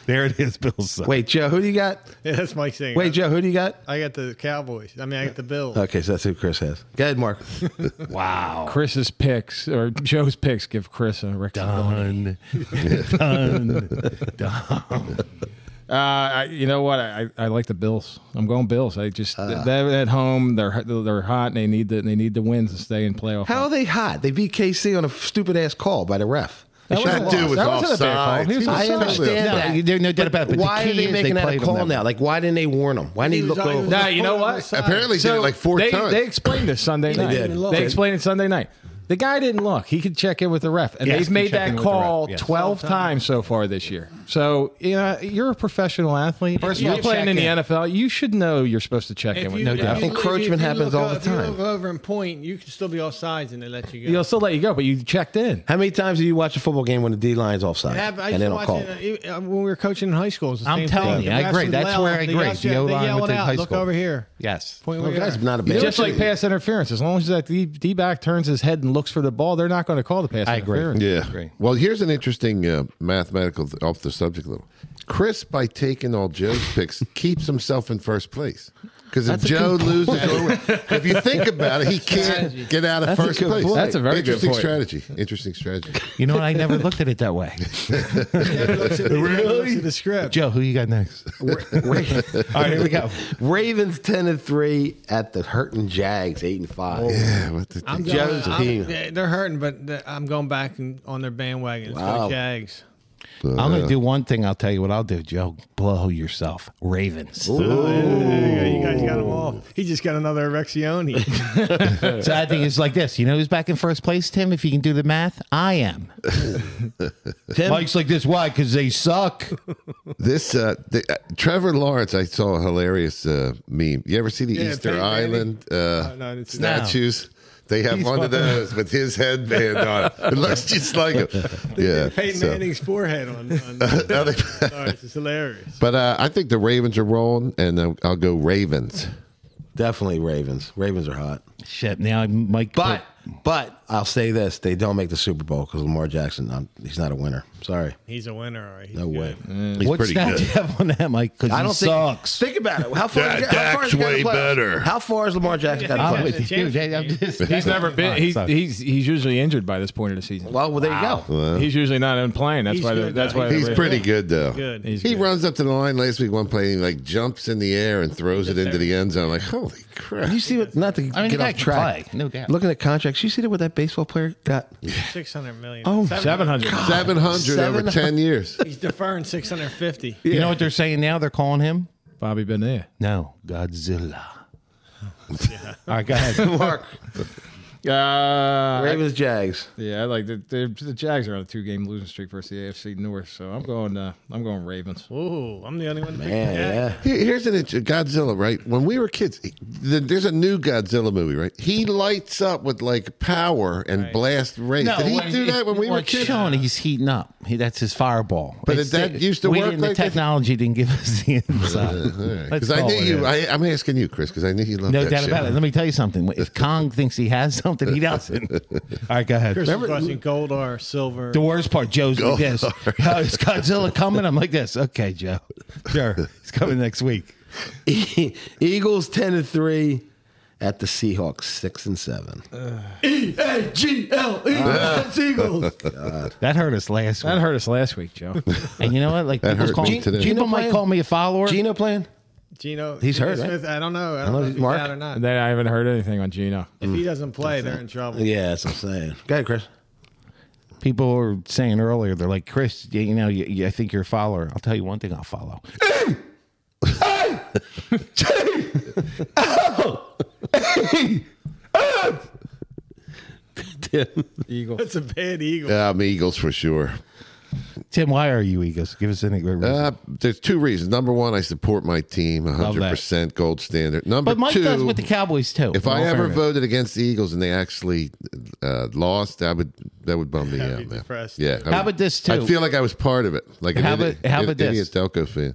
Speaker 2: There it is. Bills suck.
Speaker 1: Wait, Joe, who do you got?
Speaker 3: yeah, that's Mike saying.
Speaker 1: Wait, Uh,
Speaker 3: Wait,
Speaker 1: Joe, who do you got?
Speaker 3: I got the Cowboys. I mean, I got the Bills.
Speaker 1: Okay, so that's who Chris has. Go ahead, Mark.
Speaker 2: Wow.
Speaker 4: Chris's picks or Joe's picks give Chris a rectangle.
Speaker 2: Done. Done. Done.
Speaker 4: Uh, I, you know what? I, I like the Bills. I'm going Bills. I just
Speaker 6: Uh.
Speaker 4: they're at home. They're they're hot. And they need the they need the wins to stay in playoff.
Speaker 1: How are they hot? They beat KC on a stupid ass call by the ref. They
Speaker 4: That
Speaker 1: should've
Speaker 4: wasn't-
Speaker 6: That dude was
Speaker 4: That wasn't a bad call.
Speaker 6: offside.
Speaker 4: He was
Speaker 6: He was
Speaker 1: I
Speaker 4: offside.
Speaker 6: totally
Speaker 1: understand
Speaker 2: No,
Speaker 1: that.
Speaker 2: you- there- no doubt
Speaker 1: But
Speaker 2: about it, but the
Speaker 1: why are
Speaker 2: key
Speaker 1: they
Speaker 2: is they
Speaker 1: making that a
Speaker 2: played them
Speaker 1: call
Speaker 2: that
Speaker 1: now?
Speaker 2: way.
Speaker 1: Like, why didn't they warn him? Why didn't he
Speaker 3: was
Speaker 1: look
Speaker 3: on- he
Speaker 1: over?
Speaker 3: was on-
Speaker 4: Nah, you know what?
Speaker 3: Offside.
Speaker 6: Apparently did it like four
Speaker 4: they,
Speaker 6: times.
Speaker 4: They explained this Sunday night.
Speaker 1: did.
Speaker 4: They explained it Sunday night. The guy didn't look. He could check in with the ref, and
Speaker 2: Yes,
Speaker 4: they've
Speaker 2: can
Speaker 4: made
Speaker 2: check in
Speaker 4: that
Speaker 2: with the ref,
Speaker 4: call
Speaker 2: yes.
Speaker 4: twelve times so far this year. So you know you're a professional athlete.
Speaker 2: First of
Speaker 4: you're
Speaker 2: all,
Speaker 4: playing
Speaker 2: check
Speaker 4: in the
Speaker 2: in.
Speaker 4: NFL. You should know you're supposed to check in
Speaker 3: If
Speaker 4: with
Speaker 3: you-
Speaker 4: no
Speaker 3: if
Speaker 4: doubt.
Speaker 3: you-
Speaker 1: Encroachment
Speaker 3: if you look
Speaker 1: happens all the
Speaker 3: up- if you
Speaker 1: time.
Speaker 3: look over and point, you can still be offsides, and they let you go.
Speaker 4: They'll still let you go, but you checked in.
Speaker 1: How many times do you watch a football game when the D line's offside
Speaker 3: Have- I
Speaker 1: and
Speaker 3: used
Speaker 1: they
Speaker 3: to
Speaker 1: don't
Speaker 3: watch
Speaker 1: call?
Speaker 3: it, uh, even, uh, when we were coaching in high school. it was the
Speaker 2: I'm
Speaker 3: same
Speaker 2: telling
Speaker 3: thing.
Speaker 2: you,
Speaker 3: The
Speaker 2: I
Speaker 3: refs
Speaker 2: agree.
Speaker 3: would
Speaker 2: That's
Speaker 3: yell-
Speaker 2: where I
Speaker 3: they
Speaker 2: agree.
Speaker 3: yelled-
Speaker 2: The
Speaker 3: they
Speaker 2: O-line
Speaker 3: yelled
Speaker 2: with the
Speaker 3: out,
Speaker 2: high
Speaker 3: Look
Speaker 2: school."
Speaker 3: over here.
Speaker 2: Yes.
Speaker 3: Point
Speaker 1: Well,
Speaker 3: where uh, you
Speaker 1: guys,
Speaker 3: are.
Speaker 1: not a bad.
Speaker 4: Just like pass interference, as long as that D, D back turns his head and looks for the ball, they're not going to call the pass
Speaker 2: I agree.
Speaker 4: interference.
Speaker 6: Yeah.
Speaker 2: Agree.
Speaker 6: Well, here's an interesting uh, mathematical th- off the subject a little. Chris, by taking all Joe's picks, keeps himself in first place. Because if Joe loses, or wins- if you think about it, he can't get out of
Speaker 4: That's a
Speaker 6: first
Speaker 4: good
Speaker 6: place.
Speaker 4: point. That's a very good
Speaker 6: interesting
Speaker 4: point.
Speaker 6: strategy. Interesting strategy.
Speaker 2: You know what? I never looked at it that way.
Speaker 3: Really? The script.
Speaker 2: Joe, who you got next? All right, here we go.
Speaker 1: Ravens ten and three at the hurting Jags eight and
Speaker 2: Oh.
Speaker 1: five.
Speaker 6: yeah. What the
Speaker 3: I'm going,
Speaker 1: Joe's
Speaker 3: I'm-
Speaker 1: team.
Speaker 3: yeah, They're hurting, but the- I'm going back and, on their bandwagon. It's
Speaker 1: Wow.
Speaker 3: like Jags.
Speaker 2: I'm going to do one thing. I'll tell you what I'll do, Joe. Blow yourself. Ravens.
Speaker 3: Yeah, you guys got him off. He just got another Erexioni.
Speaker 2: So I think it's like this. You know who's back in first place, Tim? If you can do the math, I am.
Speaker 1: Tim,
Speaker 2: Mike's like this. Why? Because they suck.
Speaker 6: This uh, the, uh, Trevor Lawrence, I saw a hilarious uh, meme. You ever see the
Speaker 3: Yeah,
Speaker 6: Easter
Speaker 3: Peyton Manning.
Speaker 6: Island uh,
Speaker 3: no, I didn't see that.
Speaker 6: statues? They have one of those with his headband on. it. It looks just like him. Yeah.
Speaker 3: Peyton
Speaker 6: so-
Speaker 3: Manning's forehead on. on
Speaker 6: Now they-
Speaker 3: Sorry, it's hilarious.
Speaker 6: but uh, I think the Ravens are rolling, and uh, I'll go Ravens.
Speaker 1: definitely Ravens. Ravens are hot.
Speaker 2: Shit. Now Mike.
Speaker 1: But but I'll say this: they don't make the Super Bowl because Lamar Jackson, um he's not a winner. Sorry,
Speaker 3: He's a winner. All right. He's
Speaker 1: no
Speaker 3: good.
Speaker 1: way.
Speaker 6: He's
Speaker 2: What's
Speaker 6: pretty
Speaker 2: that
Speaker 6: good.
Speaker 2: you have on that, Mike? Because
Speaker 1: I
Speaker 2: he
Speaker 1: don't think.
Speaker 2: sucks.
Speaker 1: Think about it. How far?
Speaker 6: That-
Speaker 1: is, how far
Speaker 6: that's
Speaker 1: is he got
Speaker 6: way
Speaker 1: to the playoffs?
Speaker 6: better.
Speaker 1: How far is Lamar Jackson got to
Speaker 2: I'm
Speaker 3: Yeah.
Speaker 1: play?
Speaker 2: with you, dude. Oh, I'm just-
Speaker 4: He's never been. He's,
Speaker 2: sorry.
Speaker 4: he's he's usually injured by this point of the season.
Speaker 1: Well, well, there you go.
Speaker 6: Well,
Speaker 4: He's usually not in playing. That's
Speaker 3: He's
Speaker 4: why. The,
Speaker 3: good,
Speaker 4: that's
Speaker 3: though.
Speaker 4: why.
Speaker 6: he's
Speaker 4: the-
Speaker 6: pretty good though.
Speaker 3: Good.
Speaker 4: He's
Speaker 6: He
Speaker 4: good.
Speaker 6: runes up to the line last week. One play, and he like jumps in the air and throws it into the end zone. Like, holy crap!
Speaker 1: You see what? Not to
Speaker 2: I mean, the
Speaker 1: get
Speaker 2: guy
Speaker 1: off
Speaker 2: can
Speaker 1: track.
Speaker 2: play, no doubt.
Speaker 1: Looking at contracts, you see that what that baseball player got?
Speaker 3: Six hundred million.
Speaker 1: Oh,
Speaker 4: Seven hundred.
Speaker 6: Seven hundred over
Speaker 1: 700.
Speaker 6: ten years.
Speaker 3: He's deferring six hundred fifty.
Speaker 2: You know what they're saying now? They're calling him
Speaker 4: Bobby Bonilla.
Speaker 2: no Godzilla. All right, go ahead.
Speaker 1: Mark
Speaker 4: Uh,
Speaker 1: Ravens Jags.
Speaker 4: yeah, I like the, the the Jags are on a two game losing streak versus the AFC North. So I'm going. Uh, I'm going Ravens.
Speaker 3: Ooh, I'm the only one. to pick
Speaker 1: Man,
Speaker 3: that.
Speaker 1: yeah.
Speaker 6: Here- Here's an int- Godzilla, right? When we were kids, he- th- there's a new Godzilla movie, right? He lights up with like power and blast rays. Did he do that when we were kids?
Speaker 2: Showing he's heating up. He, that's his fireball.
Speaker 6: But
Speaker 2: It's-
Speaker 6: that used to
Speaker 2: we
Speaker 6: work
Speaker 2: didn't-
Speaker 6: like
Speaker 2: the
Speaker 6: that?
Speaker 2: technology didn't give us the
Speaker 6: Uh,
Speaker 2: inside. Let's
Speaker 6: Because I
Speaker 2: call
Speaker 6: knew
Speaker 2: it
Speaker 6: you.
Speaker 2: in.
Speaker 6: I, I'm asking you, Chris, because I knew you loved
Speaker 2: No
Speaker 6: that
Speaker 2: doubt
Speaker 6: shit.
Speaker 2: about it. Let me tell you something. If Kong thinks he has something, he doesn't. All right, go ahead.
Speaker 3: Chris is watching gold or silver.
Speaker 2: The worst part, Joe's like this. Oh, is Godzilla coming? I'm like this. Okay, Joe. Sure. He's coming next week.
Speaker 1: E-, Eagles ten and three at the Seahawks six and seven. E A G L E that's Eagles.
Speaker 2: That hurt us last
Speaker 4: That
Speaker 2: week.
Speaker 4: hurt us last week, Joe.
Speaker 2: And you know what? Like
Speaker 6: That
Speaker 2: people's
Speaker 6: hurt
Speaker 2: calling
Speaker 6: me today.
Speaker 2: People
Speaker 1: Gino
Speaker 2: might
Speaker 1: playing?
Speaker 2: call me a follower.
Speaker 1: Gino playing?
Speaker 3: Gino.
Speaker 1: He's hurt, right?
Speaker 3: Smith, I don't know. I don't
Speaker 1: know,
Speaker 3: know if he's
Speaker 1: Mark?
Speaker 3: out or not.
Speaker 4: and then I haven't heard anything on Gino.
Speaker 3: if he doesn't play, they're in trouble.
Speaker 1: Yeah, that's what I'm saying. Go ahead, Chris.
Speaker 2: People were saying earlier, they're like, Chris, you, you know, you, you, I think you're a follower. I'll tell you one thing I'll follow.
Speaker 4: Eagle.
Speaker 3: That's a bad eagle.
Speaker 6: Um, Eagles for sure.
Speaker 2: Tim, why are you Eagles? Give us any good reason.
Speaker 6: Uh, there's two reasons. Number one, I support my team 100% gold standard. Number
Speaker 2: but Mike
Speaker 6: two,
Speaker 2: does with the Cowboys, too.
Speaker 6: if
Speaker 2: in
Speaker 6: I
Speaker 2: all
Speaker 6: ever
Speaker 2: fairness.
Speaker 6: voted against the Eagles and they actually uh, lost, I would that would bum me out,
Speaker 3: be
Speaker 6: man.
Speaker 3: depressed.
Speaker 6: Yeah. I
Speaker 2: How
Speaker 6: would-
Speaker 2: about this, too?
Speaker 6: I feel like I was part of it. Like an
Speaker 2: How
Speaker 6: idiot,
Speaker 2: about- how
Speaker 6: an
Speaker 2: about this?
Speaker 6: idiot Delco fan.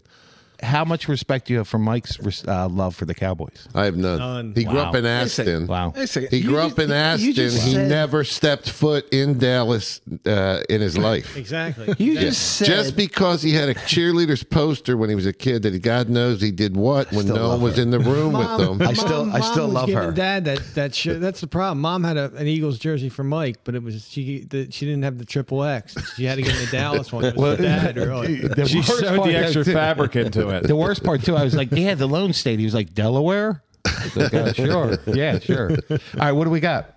Speaker 2: How much respect do you have for Mike's res- uh, love for the Cowboys?
Speaker 6: I have none.
Speaker 3: None.
Speaker 6: He grew up
Speaker 2: Wow.
Speaker 6: in Aston.
Speaker 2: Wow.
Speaker 6: He grew up in Aston. He never stepped foot in Dallas uh, in his life.
Speaker 3: Exactly.
Speaker 1: You just said
Speaker 6: Just because he had a cheerleader's poster when he was a kid that he God knows he did what when
Speaker 1: still
Speaker 6: no one
Speaker 1: love
Speaker 6: was
Speaker 1: her.
Speaker 6: in the room with them.
Speaker 1: I still- I still
Speaker 3: was
Speaker 1: love
Speaker 3: giving
Speaker 1: her.
Speaker 3: Dad, that that shirt, that's the problem. Mom had a, an Eagles jersey for Mike, but it was she the, she didn't have the triple X. She had to get the Dallas one. It was the dad or,
Speaker 4: She sewed the extra fabric into it.
Speaker 2: The worst part too, I was like, yeah, the loan state. He was like, Delaware. I was Like, "Oh, sure, yeah, sure. All right, what do we got?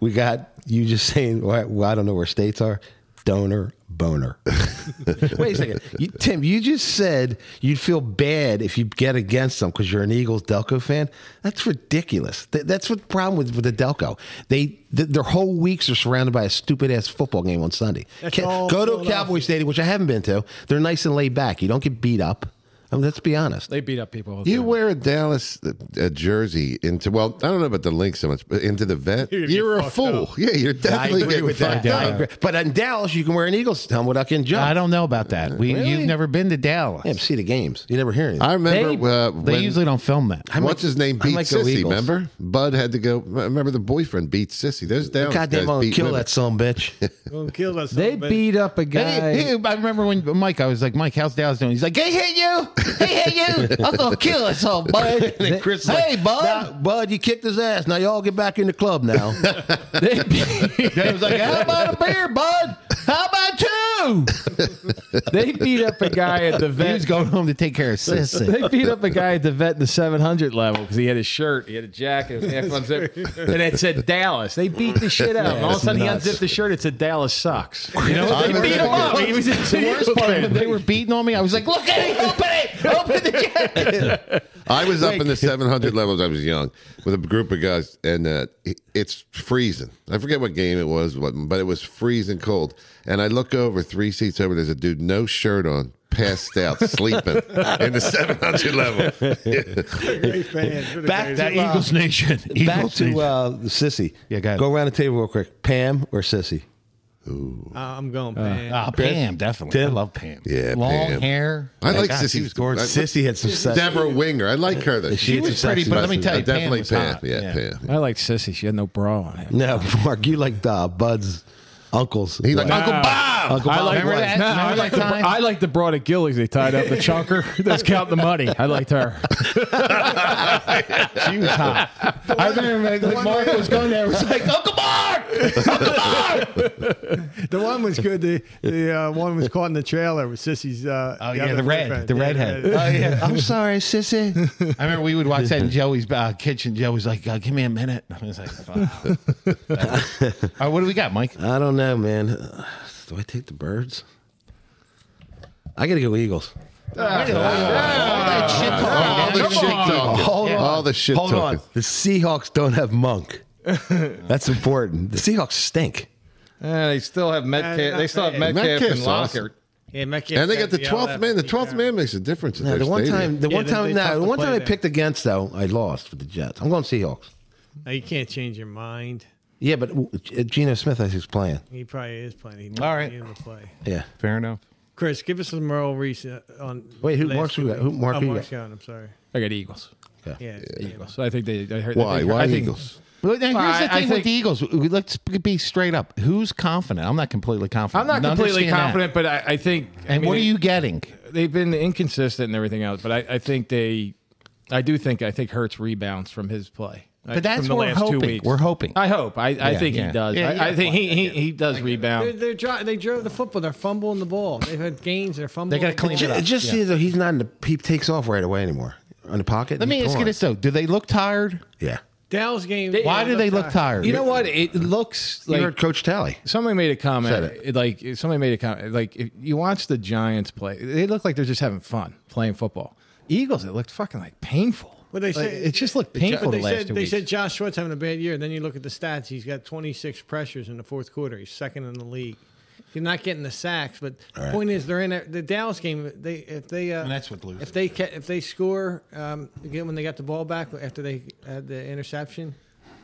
Speaker 1: we got you just saying well, I- well, I don't know where states are. Donor boner. Wait a second, you, Tim. You just said you'd feel bad if you get against them because you're an Eagles Delco fan. That's ridiculous. Th- that's what the problem with, with the Delco. They th- their whole weeks are surrounded by a stupid ass football game on Sunday.
Speaker 3: That's
Speaker 1: Ca-
Speaker 3: all
Speaker 1: Go to a
Speaker 3: Philadelphia.
Speaker 1: Cowboy Stadium, which I haven't been to. They're nice and laid back. You don't get beat up. I mean, let's be honest.
Speaker 4: They beat up people. all the
Speaker 6: You
Speaker 4: time.
Speaker 6: wear a Dallas uh, a jersey into well, I don't know about the link so much, but into the vet. You're,
Speaker 3: gonna get
Speaker 6: a
Speaker 3: fucked
Speaker 6: fool.
Speaker 3: up.
Speaker 6: Yeah, you're
Speaker 1: I
Speaker 6: definitely
Speaker 1: agree
Speaker 6: getting
Speaker 1: with that.
Speaker 6: fucked
Speaker 1: I
Speaker 6: up.
Speaker 1: agree. But in Dallas, you can wear an Eagles helmet without getting jumped.
Speaker 2: I don't know about that. We you've never been to Dallas.
Speaker 1: Yeah, but see the games. You never hear anything.
Speaker 6: I
Speaker 2: they,
Speaker 6: remember uh,
Speaker 2: they
Speaker 6: when-
Speaker 2: usually don't film that.
Speaker 6: What's his name?
Speaker 1: I
Speaker 6: Beat
Speaker 1: might go
Speaker 6: Sissy.
Speaker 1: Eagles.
Speaker 6: Remember, Bud had to go. Remember the boyfriend beat Sissy. Those Dallas
Speaker 1: Goddamn,
Speaker 6: guys
Speaker 1: I'm gonna
Speaker 6: beat
Speaker 1: kill
Speaker 6: women.
Speaker 1: that son of a bitch.
Speaker 3: Gonna kill us.
Speaker 5: They
Speaker 3: all, but-
Speaker 5: beat up a
Speaker 2: Hey,
Speaker 5: guy.
Speaker 2: hey, I remember when Mike, I was like, Mike, how's Dallas doing? He's like, hey, hey, you, hey, hey, you, I'm gonna kill us all, bud.
Speaker 1: Chris
Speaker 2: hey, bud.
Speaker 1: Now, bud, you kicked his ass. Now y'all get back in the club now.
Speaker 5: They beat,
Speaker 2: He was like, how about a beer, bud? How about two?
Speaker 5: they beat up a guy at the
Speaker 2: He
Speaker 5: vet.
Speaker 2: was going home to take care of Sissy.
Speaker 5: They beat up a guy at the vet in the 700 level.
Speaker 4: because he had his shirt, he had a jacket, it was half unzipped, and it said Dallas.
Speaker 5: They beat the shit out of him. All of a sudden, he
Speaker 1: nuts.
Speaker 5: unzipped the shirt. It said Dallas sucks.
Speaker 2: You know what?
Speaker 6: I'm
Speaker 2: They beat
Speaker 6: gonna
Speaker 2: him
Speaker 6: go.
Speaker 2: up. He was in the worst part. When they were beating on me, I was like, "Look at it! Open it! Open the jacket!"
Speaker 6: I was up in the 700 levels. I was young with a group of guys, and uh, it- it's freezing. I forget what game it was, what, but it was freezing cold. And I look over three seats over. There's a dude, no shirt on, passed out, sleeping in the 700 level.
Speaker 3: Great fans. What a
Speaker 2: Back
Speaker 3: great
Speaker 2: to
Speaker 3: team.
Speaker 2: Eagles Nation.
Speaker 1: back to uh, Sissy.
Speaker 2: Yeah, go ahead.
Speaker 1: Go around the table real quick. Pam or Sissy?
Speaker 3: Uh, I'm going. Pam.
Speaker 2: Ah, Pam, definitely. I
Speaker 7: Tim?
Speaker 2: love Pam.
Speaker 6: Yeah,
Speaker 2: long
Speaker 6: Pam.
Speaker 2: hair.
Speaker 6: I like
Speaker 2: God,
Speaker 6: Sissy.
Speaker 2: She was gorgeous.
Speaker 7: Sissy had some sex.
Speaker 6: Deborah Winger. I like her. Though.
Speaker 7: She had
Speaker 2: was
Speaker 7: some
Speaker 2: pretty,
Speaker 7: sexy
Speaker 2: but let me
Speaker 7: messages.
Speaker 2: tell you, Pam
Speaker 6: definitely
Speaker 2: was
Speaker 6: Pam.
Speaker 2: hot.
Speaker 6: Yeah,
Speaker 2: Yeah.
Speaker 6: Pam.
Speaker 4: I like sissy. She had no bra on. Him.
Speaker 7: No,
Speaker 1: Mark, you like uh, Bud's uncles.
Speaker 6: He like Uncle Bob.
Speaker 1: Uncle
Speaker 4: I
Speaker 1: Bob
Speaker 4: like,
Speaker 1: was.
Speaker 2: that?
Speaker 4: no,
Speaker 2: Remember
Speaker 4: I,
Speaker 2: that
Speaker 4: like the,
Speaker 2: time?
Speaker 4: I like the broad at Gillies. They tied up the chunker that's counting the money. I liked her.
Speaker 2: She was hot. I remember when Mark was going there. It was like Uncle Mark.
Speaker 3: The one was good. The, the uh, one was caught in the trailer with Sissy's. Uh,
Speaker 2: Oh, yeah,
Speaker 3: other
Speaker 2: the red-
Speaker 3: boyfriend.
Speaker 2: the
Speaker 3: Yeah,
Speaker 2: redhead.
Speaker 3: red-
Speaker 1: I'm sorry, sissy.
Speaker 2: I remember we would watch that in Joey's uh, kitchen. Joe was like, uh, "Give me a minute." I was like, "Fuck." All right, what do we got, Mike?
Speaker 1: I don't know, man. Uh, Do I take the birds? I gotta go Eagles.
Speaker 6: All the shit talking. All the shit
Speaker 1: Hold
Speaker 6: talking.
Speaker 1: on. The Seahawks don't have Monk. That's important. The Seahawks stink.
Speaker 8: Yeah, they still have Metcalf. They still have Metcalf
Speaker 6: Metcalf's
Speaker 8: and
Speaker 6: awesome.
Speaker 8: Lockhart.
Speaker 3: Yeah, Metcalf
Speaker 6: And they
Speaker 3: had
Speaker 6: got the
Speaker 3: all
Speaker 6: twelfth man. The
Speaker 3: that-
Speaker 6: twelfth man makes a difference. at
Speaker 1: No,
Speaker 6: their
Speaker 1: the one
Speaker 6: stadium.
Speaker 1: time, the
Speaker 3: Yeah,
Speaker 1: one
Speaker 3: they-
Speaker 1: time,
Speaker 3: they
Speaker 1: no,
Speaker 3: tough
Speaker 1: the
Speaker 3: to
Speaker 1: one
Speaker 3: play
Speaker 1: time I
Speaker 3: there.
Speaker 1: picked against though, I lost with the Jets. I'm going Seahawks.
Speaker 3: Now, you can't change your mind.
Speaker 1: Yeah, but uh, Geno Smith, I think, is playing.
Speaker 3: He probably is playing. He
Speaker 2: All right.
Speaker 3: need him to play.
Speaker 1: Yeah.
Speaker 2: Fair enough.
Speaker 3: Chris, give us some Merle Reese uh, on.
Speaker 1: Wait, who-
Speaker 3: last
Speaker 1: Mark's who
Speaker 3: two
Speaker 1: got- who-
Speaker 3: weeks.
Speaker 1: Mark
Speaker 3: Oh,
Speaker 1: who you
Speaker 3: Mark's
Speaker 1: got?
Speaker 3: going, I'm sorry.
Speaker 4: I got Eagles.
Speaker 3: Yeah, it's Eagles.
Speaker 4: So I think they. I heard, I
Speaker 6: Why?
Speaker 4: think- I
Speaker 6: Why
Speaker 4: think-
Speaker 6: Eagles?
Speaker 2: Well, now, here's
Speaker 4: Well,
Speaker 2: the
Speaker 4: I-
Speaker 2: thing
Speaker 4: I
Speaker 2: with
Speaker 4: think-
Speaker 2: the Eagles. We- Let's be straight up. Who's confident? I'm not completely confident.
Speaker 4: I'm not completely
Speaker 2: Understand that.
Speaker 4: confident, but I, I think. I
Speaker 2: And
Speaker 4: mean, uh,
Speaker 2: what are you getting?
Speaker 4: They've been inconsistent and everything else, but I, I think they. I do think I think Hurts rebounds from his play. I-
Speaker 2: But that's
Speaker 4: from the
Speaker 2: what we're
Speaker 4: last two
Speaker 2: hoping.
Speaker 4: weeks.
Speaker 2: We're hoping.
Speaker 4: I hope. I, I
Speaker 2: Yeah,
Speaker 4: think
Speaker 2: yeah.
Speaker 4: he does.
Speaker 2: Yeah,
Speaker 4: I,
Speaker 2: yeah.
Speaker 4: I think he, he, he does
Speaker 3: They're,
Speaker 4: rebound.
Speaker 3: they're dri- they drove the football. They're fumbling the ball. They've had gains. They're fumbling.
Speaker 2: gotta clean
Speaker 3: the
Speaker 2: it
Speaker 3: ball.
Speaker 2: up.
Speaker 1: It just
Speaker 2: Yeah.
Speaker 1: seems though he's not in the. He takes off right away anymore. On the pocket.
Speaker 2: Let me
Speaker 1: he's
Speaker 2: ask you
Speaker 1: gone.
Speaker 2: this though: Do they look tired?
Speaker 1: Yeah.
Speaker 3: Dallas game.
Speaker 2: Why do they look tired?
Speaker 4: You know what? It looks
Speaker 1: you
Speaker 4: like
Speaker 1: heard Coach Tally.
Speaker 4: Somebody made a comment.
Speaker 1: Said it.
Speaker 4: it- Like somebody made a comment. Like if you watch the Giants play, they look like they're just having fun playing football. Eagles, it looked fucking like painful.
Speaker 3: Well, they
Speaker 4: Like,
Speaker 3: said-
Speaker 4: Uh, it just looked
Speaker 3: But
Speaker 4: painful the
Speaker 3: they
Speaker 4: last
Speaker 3: said
Speaker 4: two
Speaker 3: they
Speaker 4: weeks.
Speaker 3: said Josh Sweat's having a bad year, and then you look at the stats. He's got 26 pressures in the fourth quarter. He's second in the league. You're not getting the sacks, but the point is they're in a, the Dallas game. They if they uh,
Speaker 2: And that's what loses.
Speaker 3: if they ca- if they score um, again when they got the ball back after they had the interception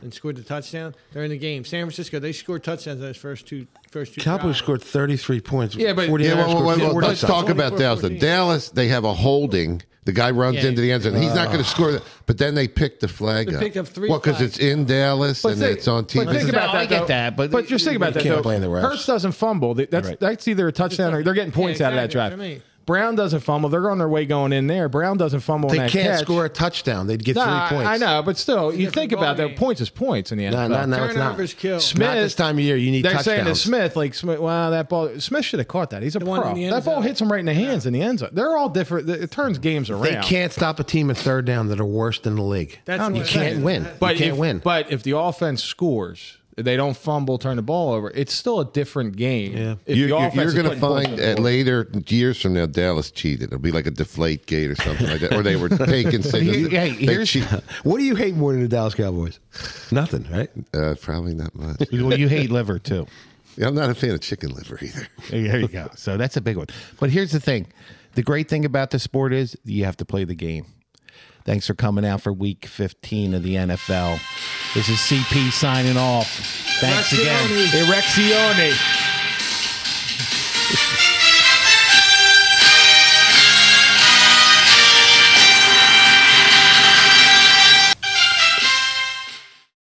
Speaker 3: and scored the touchdown, they're in the game. San Francisco they scored touchdowns in those first two first two.
Speaker 1: Cowboys
Speaker 3: drives.
Speaker 1: scored 33 points.
Speaker 4: Yeah, but-
Speaker 1: 49ers
Speaker 6: Yeah, well, well,
Speaker 1: scored
Speaker 6: well,
Speaker 1: 40
Speaker 6: let's
Speaker 1: something.
Speaker 6: talk about Dallas. then.
Speaker 3: 14.
Speaker 6: Dallas, they have a holding. The guy runs
Speaker 3: Yeah.
Speaker 6: into the end zone. He's not going to score, that, but then they pick the flag
Speaker 3: They
Speaker 6: up.
Speaker 3: picked up three
Speaker 6: Well, because
Speaker 3: flags.
Speaker 6: it's in Dallas
Speaker 4: But
Speaker 6: and
Speaker 4: think-
Speaker 6: it's on
Speaker 4: but
Speaker 6: TV.
Speaker 4: think about
Speaker 2: No,
Speaker 4: that.
Speaker 2: I get
Speaker 4: though.
Speaker 2: that, but-
Speaker 4: just think about that.
Speaker 1: can't
Speaker 4: though.
Speaker 1: blame the refs.
Speaker 4: Hurts doesn't fumble. Th- That's
Speaker 2: Right.
Speaker 4: that's either a touchdown or they're getting points
Speaker 3: Yeah,
Speaker 4: out of that
Speaker 3: exactly.
Speaker 4: drive.
Speaker 3: That's what I mean.
Speaker 4: Brown doesn't fumble. They're on their way going in there. Brown doesn't fumble.
Speaker 1: They
Speaker 4: on
Speaker 1: can't
Speaker 4: that catch.
Speaker 1: score a touchdown. They'd get
Speaker 4: No,
Speaker 1: three points.
Speaker 4: I know, but still, you think
Speaker 3: different
Speaker 4: about
Speaker 3: ballgame.
Speaker 4: that. Points is points in the end.
Speaker 1: No, no, no, it's not.
Speaker 3: Turnovers kill.
Speaker 1: Not this time of year. You need
Speaker 4: They're
Speaker 1: touchdowns.
Speaker 4: saying to Smith, like Smith, wow, that ball. Smith should have caught that. He's a
Speaker 3: one
Speaker 4: pro.
Speaker 3: in the end
Speaker 4: That ball
Speaker 3: zone.
Speaker 4: hits him right in the hands in the end zone. They're all different. It turns games around.
Speaker 1: They can't stop a team at third down that are worse than the league.
Speaker 3: That's
Speaker 1: you
Speaker 3: what-
Speaker 1: can't win.
Speaker 4: But
Speaker 1: you can't
Speaker 4: if,
Speaker 1: win.
Speaker 4: But if the offense scores, they don't fumble, turn the ball over. It's still a different game. Yeah. If
Speaker 6: You're,
Speaker 4: the
Speaker 6: you're,
Speaker 4: offense
Speaker 6: you're
Speaker 4: is
Speaker 6: going to
Speaker 4: putting points
Speaker 6: find
Speaker 4: on the
Speaker 6: at
Speaker 4: board.
Speaker 6: later years from now Dallas cheated. It'll be like a deflate gate or something like that, or they were taking signals.
Speaker 2: Hey,
Speaker 6: They
Speaker 2: here's-
Speaker 6: cheat.
Speaker 1: what do you hate more than the Dallas Cowboys? Nothing, right?
Speaker 6: Uh, probably not much.
Speaker 2: well, you hate liver too.
Speaker 6: Yeah, I'm not a fan of chicken liver either.
Speaker 2: There you go. So that's a big one. But here's the thing: the great thing about the sport is you have to play the game. Thanks for coming out for Week 15 of the NFL. This is CP signing off. Thanks again.
Speaker 4: Ereccione.